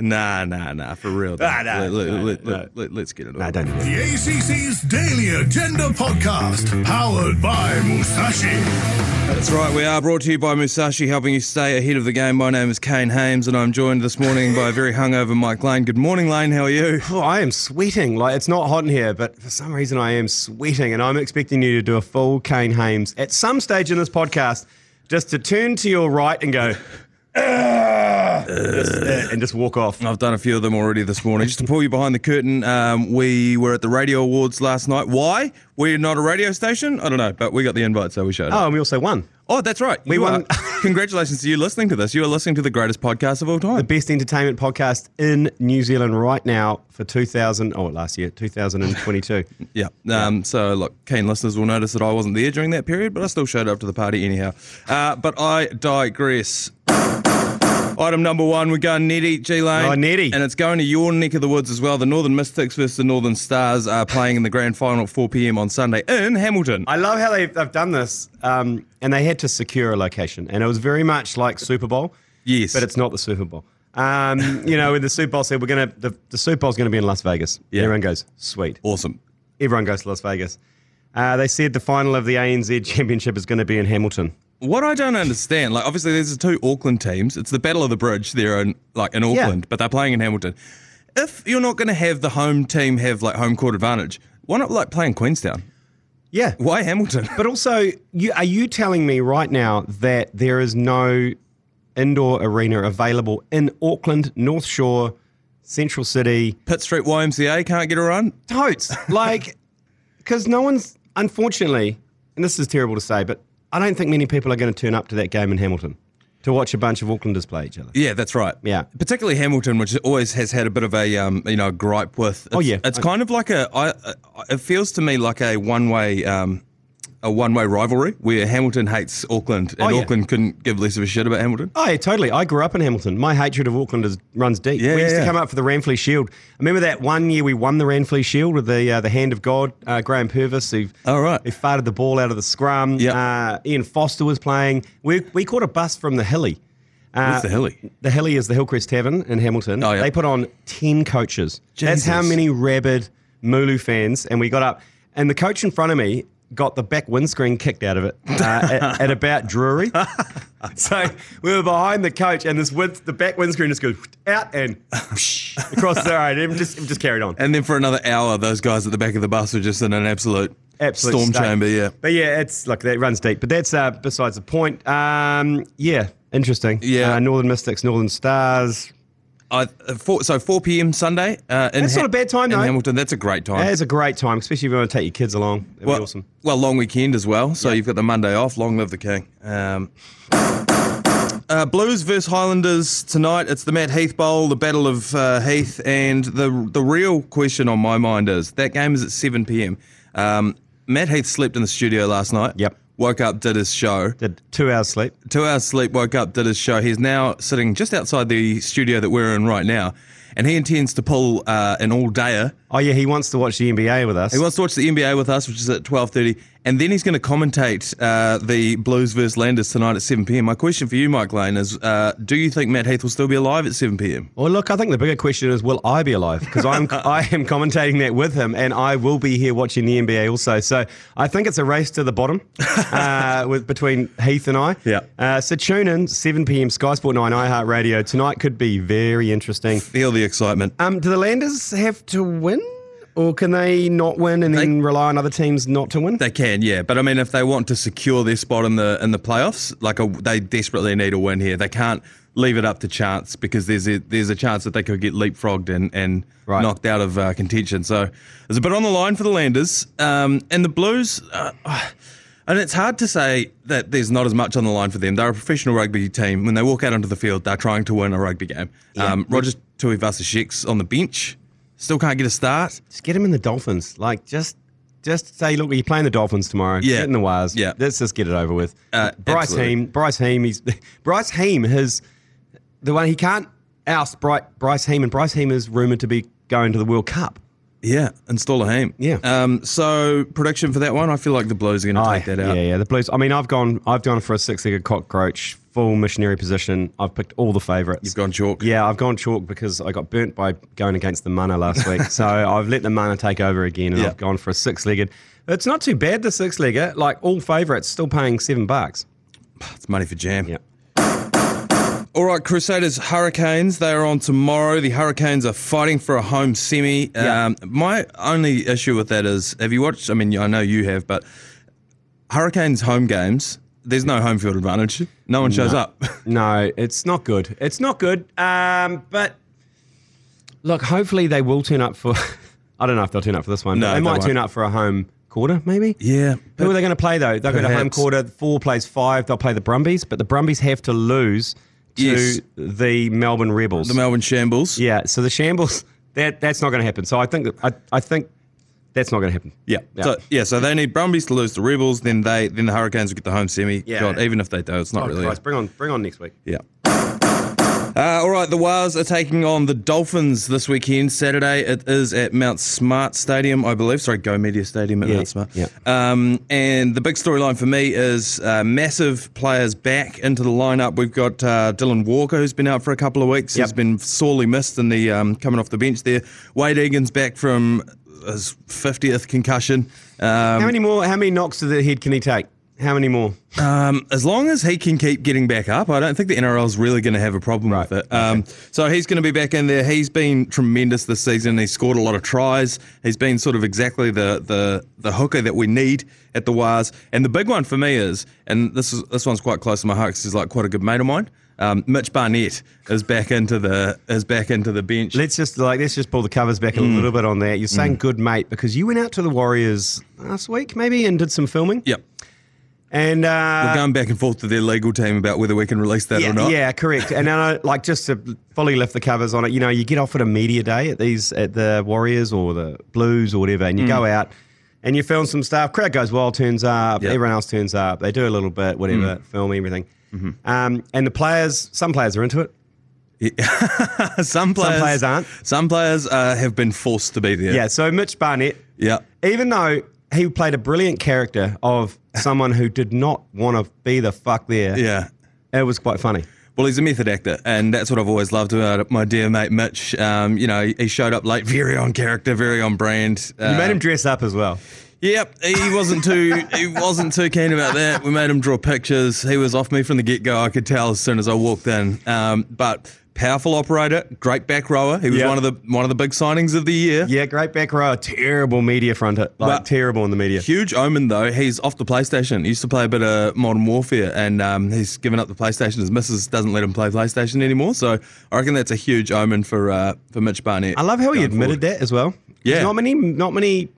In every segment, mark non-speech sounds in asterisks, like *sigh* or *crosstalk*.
Nah, nah, nah. For real. though. Ah, nah, let, let, nah, let, nah. let, let, us get it over. I don't with. need it. The ACC's Daily Agenda Podcast, powered by Musashi. That's right. We are brought to you by Musashi, helping you stay ahead of the game. My name is Kane Hames, and I'm joined this morning by a very hungover Mike Lane. Good morning, Lane. How are you? Oh, I am sweating. Like it's not hot in here, but for some reason I am sweating, and I'm expecting you to do a full Kane Hames at some stage in this podcast, just to turn to your right and go, *laughs* "Ugh," just, uh, and just walk off. I've done a few of them already this morning. Just to pull you behind the curtain, um, we were at the Radio Awards last night. Why? We're not a radio station? I don't know, but we got the invite, so we showed up. Oh, and we also won Oh, that's right. We won- *laughs* Congratulations to you listening to this. You are listening to the greatest podcast of all time. the best entertainment podcast in New Zealand right now for 2000. Oh, last year, *laughs* 2022. Yeah. Um, so, look, keen listeners will notice that I wasn't there during that period, but I still showed up to the party anyhow. Uh, but I digress. *coughs* Item number one, we're going netty, G Lane. Oh, netty. And it's going to your neck of the woods as well. The Northern Mystics versus the Northern Stars are playing in the grand final at 4 pm on Sunday in Hamilton. I love how they've, they've done this, um, and they had to secure a location, and it was very much like Super Bowl. Yes. but it's not the Super Bowl. Um, you know, when the Super Bowl said we're gonna, the, the Super Bowl's gonna be in Las Vegas. Yeah. Everyone goes, sweet. awesome. Everyone goes to Las Vegas. Uh, they said the final of the ANZ *laughs* Championship is going to be in Hamilton. What I don't understand, like obviously there's the two Auckland teams. It's the Battle of the Bridge there in like in Auckland, but they're playing in Hamilton. If you're not going to have the home team have like home court advantage, why not like play in Queenstown? Yeah, Why Hamilton? *laughs* but also, you, are you telling me right now that there is no indoor arena available in Auckland, North Shore, Central City? Pitt Street YMCA can't get a run. totes. Like, *laughs* because no one's, unfortunately, and this is terrible to say, but I don't think many people are going to turn up to that game in Hamilton to watch a bunch of Aucklanders play each other. Yeah, that's right. Yeah. particularly Hamilton, which always has had a bit of a um, you know gripe with. It's, Oh, yeah. it's I- kind of like a. I, I- it feels to me like a one way. Um, a one-way rivalry where Hamilton hates Auckland and Oh, yeah. Auckland couldn't give less of a shit about Hamilton. Oh, yeah, totally. I grew up in Hamilton. My hatred of Aucklanders runs deep. Yeah, we used yeah, to come yeah. up for the Ranflee Shield. I remember that one year we won the Ranflee Shield with the uh, the hand of God, uh, Graham Purvis, who, All Oh, right. who farted the ball out of the scrum. Yep. Uh, Ian Foster was playing. We, we caught a bus from the Hilly. Uh, What's the Hilly? The Hilly is the Hillcrest Tavern in Hamilton. Oh, yeah. They put on 10 coaches. That's Jesus. how many rabid Mulu fans. And we got up, and the coach in front of me got the back windscreen kicked out of it uh, *laughs* at, at about Drury. so we were behind the coach, and this wind, the back windscreen just goes out and across the road. It just, it just carried on. And then for another hour, those guys at the back of the bus were just in an absolute, Absolute storm state. chamber. Yeah. But yeah, it's like that runs deep. But that's uh, besides the point. Um, yeah, interesting. Yeah. Uh, Northern Mystics, Northern Stars. I, uh, four, so 4 p.m. Sunday. Uh, in That's not a bad time, in though. Hamilton, that's a great time. That is a great time, especially if you want to take your kids along. That'd well, be awesome. well, long weekend as well. So you've got the Monday off. Long live the king. Um, uh, Blues versus Highlanders tonight. It's the Matt Heath Bowl, the Battle of uh, Heath, and the the real question on my mind is that game is at 7 p.m. Um, Matt Heath slept in the studio last night. Yep. Woke up, did his show. Did two hours sleep. two hours sleep, woke up, did his show. He's now sitting just outside the studio that we're in right now, and he intends to pull uh, an all-dayer. Oh yeah, he wants to watch the NBA with us. He wants to watch the NBA with us, which is at twelve thirty, and then he's going to commentate uh, the Blues versus Landers tonight at seven pm. My question for you, Mike Lane, is: uh, Do you think Matt Heath will still be alive at seven pm? well, look, I think the bigger question is, will I be alive? *laughs* Because I'm I am commentating that with him, and I will be here watching the NBA also. So I think it's a race to *laughs* the bottom uh, with between Heath and I. Yeah. Uh, so tune in 7 p.m. Sky Sport 9 iHeartRadio tonight could be very interesting. Feel the excitement. Um, do the Landers have to win, or can they not win and then rely on other teams not to win? They can, yeah, but I mean, if they want to secure their spot in the in the playoffs, like a, they desperately need a win here. They can't leave it up to chance because there's a, there's a chance that they could get leapfrogged and and Right. knocked out of uh, contention. So there's a bit on the line for the Landers um, and the Blues. Uh, and it's hard to say that there's not as much on the line for them. They're a professional rugby team. When they walk out onto the field, they're trying to win a rugby game. Um, Roger Tuivasa-Sheck's on the bench, still can't get a start. just get him in the Dolphins. Like just just say, look, you're playing the Dolphins tomorrow. Yeah. Get in the wires. Yeah. Let's just get it over with. Uh, Bryce absolutely. Heem. Bryce Heem. He's Bryce Heem. His the one he can't oust Bry, Bryce Heem, and Bryce Heem is rumored to be going to the World Cup. Yeah, install a heem. Yeah. Um, so prediction for that one, I feel like the Blues are going to Aye. take that out. Yeah, yeah. The Blues. I mean, I've gone. I've gone for a six-legged cockroach, full missionary position. I've picked all the favourites. You've gone chalk. Yeah, I've gone chalk because I got burnt by going against the mana last *laughs* week. so I've let the mana take over again and Yeah. I've gone for a six legged. It's not too bad, the six legger. Like all favourites, still paying seven bucks. It's money for jam. Yeah. All right, Crusaders, Hurricanes. They are on tomorrow. The Hurricanes are fighting for a home semi. Yeah. Um, my only issue with that is have you watched? I mean, I know you have, but Hurricanes home games, there's no home field advantage. No one shows up. *laughs* No, it's not good. It's not good. Um, but look, hopefully they will turn up for. *laughs* I don't know if they'll turn up for this one. No, but they they might turn won't. up for a home quarter, maybe. yeah. Who are they going to play though? They've got a home Perhaps. quarter. Four plays five. They'll play the Brumbies, but the Brumbies have to lose to Yes. the Melbourne Rebels. The Melbourne Shambles. yeah, so the Shambles *laughs* that that's not going to happen. So I think that- I, I think that's not going to happen. Yeah. Yeah. So yeah, so they need Brumbies to lose to Rebels, then they then the Hurricanes will get the home semi. Yeah. God, even if they do, it's not Oh, really. Christ, bring on, bring on next week. Yeah. Uh, all right, the Wars are taking on the Dolphins this weekend, Saturday. It is at Mount Smart Stadium, I believe. Sorry, Go Media Stadium at Yeah, Mount Smart. yeah. Um, and the big storyline for me is uh, massive players back into the lineup. We've got uh, Dylan Walker, who's been out for a couple of weeks. He's Yep. been sorely missed in the um, coming off the bench there. Wade Egan's back from his 50th concussion. Um, How many more? How many knocks to the head can he take? How many more? um, as long as he can keep getting back up, I don't think the NRL is really going to have a problem Right. with it. Um, So he's going to be back in there. He's been tremendous this season. He's scored a lot of tries. He's been sort of exactly the the the hooker that we need at the Wires. And the big one for me is, and this is this one's quite close to my heart 'cause he's like quite a good mate of mine. Um, Mitch Barnett is back into the is back into the bench. Let's just like let's just pull the covers back a little bit on that. You're saying good mate because you went out to the Warriors last week maybe and did some filming. yep, And uh, we're going back and forth to their legal team about whether we can release that yeah, or not. yeah, correct. And then, uh, like, just to fully lift the covers on it, you know, you get off at a media day at these at the Warriors or the Blues or whatever, and you go out and you film some stuff. Crowd goes wild, turns up. Mm. Yeah. Mm. Everyone else turns up. They do a little bit, whatever, film everything. Mm-hmm. Um, and the players, some players are into it. *laughs* some players players aren't. Some players uh, have been forced to be there. Yeah. So Mitch Barnett, Yeah. even though he played a brilliant character *laughs* of someone who did not want to be the fuck there, Yeah. it was quite funny. Well, he's a method actor, and that's what I've always loved about my dear mate Mitch. Um, you know, he showed up late, very on character, very on brand. Uh, You made him dress up as well. Yep, he wasn't too he wasn't too keen about that. We made him draw pictures. He was off me from the get go. I could tell as soon as I walked in. Um, but powerful operator, great back rower. He was Yeah. one of the one of the big signings of the year. Yeah, great back row. Terrible media front. Like, Well- terrible in the media. Huge omen though. He's off the PlayStation. He used to play a bit of Modern Warfare, and um, he's given up the PlayStation. His missus doesn't let him play PlayStation anymore. So I reckon that's a huge omen for uh, for Mitch Barnett. I love how he going admitted forward. that as well. 'Cause Yeah. Not many, not many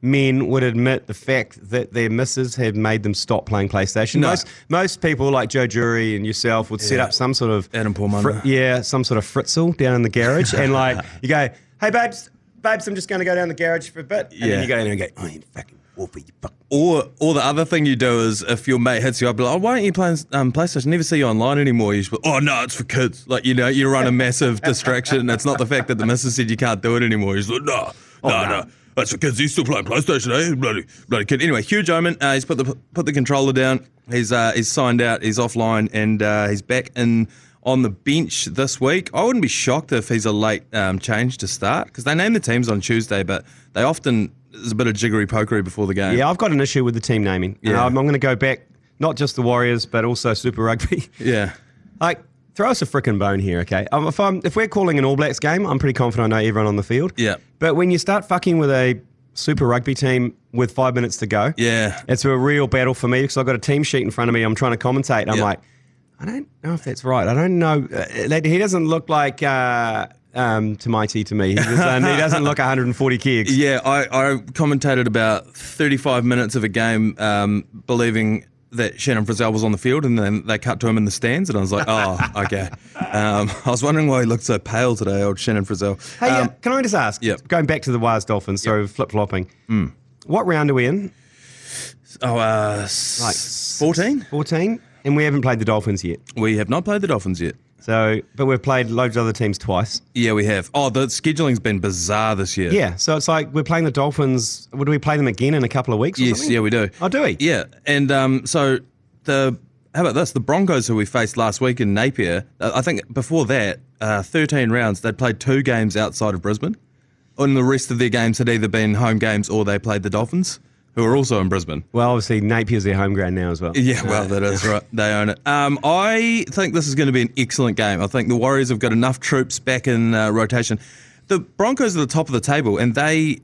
men would admit the fact that their missus had made them stop playing PlayStation. No. Most, most people like Joe Jury and yourself would set Yeah. up some sort of Adam Paul Munro. yeah, some sort of fritzel down in the garage, *laughs* and like you go, hey babes, babes, I'm just going to go down the garage for a bit, and Yeah. then you go down there and go, I am fucking Wolfie, you fuck. Or or the other thing you do is if your mate hits you up, be like, oh, why don't you play um, PlayStation? Never see you online anymore. You just, be, oh no, it's for kids. Like you know, you run a massive distraction. It's not the fact that the missus said you can't do it anymore. He's like, no, no, no. no. That's for kids. He's still playing PlayStation, eh? Bloody, bloody kid. Anyway, huge omen. Uh, he's put the put the controller down. He's uh, he's signed out. He's offline, and uh, he's back in on the bench this week. I wouldn't be shocked if he's a late um, change to start because they name the teams on Tuesday, but they often there's a bit of jiggery pokery before the game. Yeah, I've got an issue with the team naming. Yeah. Yeah. I'm, I'm going to go back, not just the Warriors, but also Super Rugby. Yeah. Like, throw us a frickin' bone here, okay? Um, if I'm if we're calling an All Blacks game, I'm pretty confident I know everyone on the field. Yeah. But when you start fucking with a Super Rugby team with five minutes to go, Yeah. it's a real battle for me because I've got a team sheet in front of me. I'm trying to commentate. and I'm Yeah. like, I don't know if that's right. I don't know. Uh, that- he doesn't look like. Uh, um, Tamaiti to me, he, just, and *laughs* he doesn't look 140 gigs. Yeah, I, I commentated about 35 minutes of a game um, believing that Shannon Frizzell was on the field, and then they cut to him in the stands, and I was like, *laughs* oh, okay. Um, I was wondering why he looked so pale today, old Shannon Frizzell. Hey, uh, Um, can I just ask? yeah. Hmm. Going back to the Wires Dolphins, so flip flopping. What round are we in? oh, uh, Like 14? 14? And we haven't played the Dolphins yet. We have not played the Dolphins yet. So, but we've played loads of other teams twice. Yeah, we have. Oh, the scheduling's been bizarre this year. Yeah. So it's like we're playing the Dolphins. Would we play them again in a couple of weeks? Or Yes, something? yeah, we do. Oh, do we? Yeah, and um, so the How about this? The Broncos, who we faced last week in Napier, uh, I think before that, uh, 13 rounds, they'd played two games outside of Brisbane. And the rest of their games had either been home games or they played the Dolphins, who are also in Brisbane. Well, obviously Napier's their home ground now as well. Yeah, well, that is right. They own it. Um, I think this is going to be an excellent game. I think the Warriors have got enough troops back in uh, rotation. The Broncos are the top of the table, and they,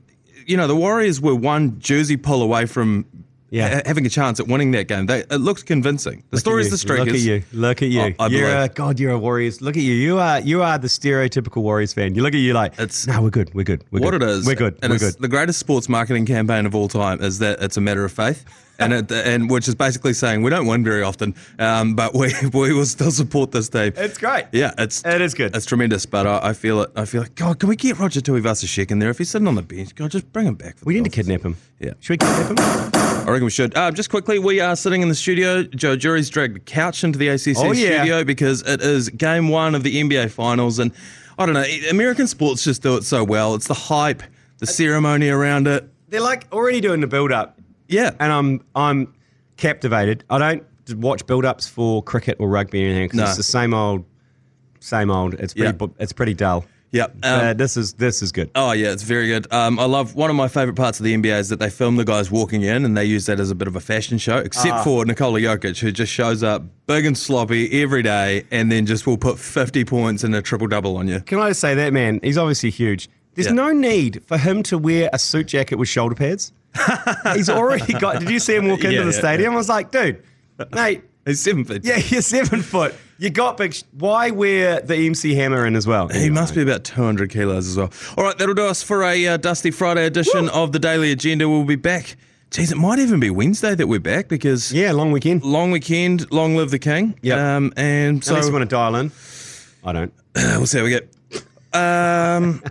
you know, the Warriors were one jersey pull away from Yeah. ha- having a chance at winning that game. They, it looked convincing. The story is the Look streakers. at you. Look at you. Oh, I you're believe. a, God, you're a Warriors. Look at you. You are you are the stereotypical Warriors fan. You look at you like It's- no, we're good. We're good. We're What good. it is, We're good. and we're it's good. The greatest sports marketing campaign of all time is that it's a matter of faith, and it, and which is basically saying we don't win very often, um, but we *laughs* we will still support this team. It's great. Yeah, it's It is good. It's tremendous, but I, I feel it. I feel like God. Can we get Roger Tuivasa-Sheck in there if he's sitting on the bench? God, just bring him back. For We the need to Dolphins. kidnap him. Yeah. Should we kidnap him? I reckon we should. Uh, just quickly, we are sitting in the studio. Joe Jury's dragged the couch into the ACC Oh, yeah. studio because it is game one of the NBA Finals, and I don't know. American sports just do it so well. It's the hype, the ceremony around it. They're like already doing the build up. Yeah, And I'm I'm captivated. I don't watch build ups for cricket or rugby or anything 'cause No. it's the same old same old. It's pretty Yeah. bu- it's pretty dull. yeah. uh, Um, this is this is good. Oh yeah, it's very good. Um, I love one of my favorite parts of the NBA is that they film the guys walking in and they use that as a bit of a fashion show. Except Ah. for Nikola Jokic, who just shows up big and sloppy every day, and then just will put fifty points and a triple double on you. Can I just say that man? He's obviously huge. There's Yeah. no need for him to wear a suit jacket with *laughs* shoulder pads. he's already got. Did you see him walk into Yeah, the yeah, stadium? I was like, dude, *laughs* mate. He's seven feet. Yeah, you're seven foot. You got big. Sh- Why wear the MC Hammer in as well? He must be about 200 kilos as well. All right, that'll do us for a uh, Dusty Friday edition of the Daily Agenda. We'll be back. Geez, it might even be Wednesday that we're back because Yeah, long weekend. long weekend, long live the king. Yep. Um, and so Unless you want to dial in. I don't. we'll see how we go. Um,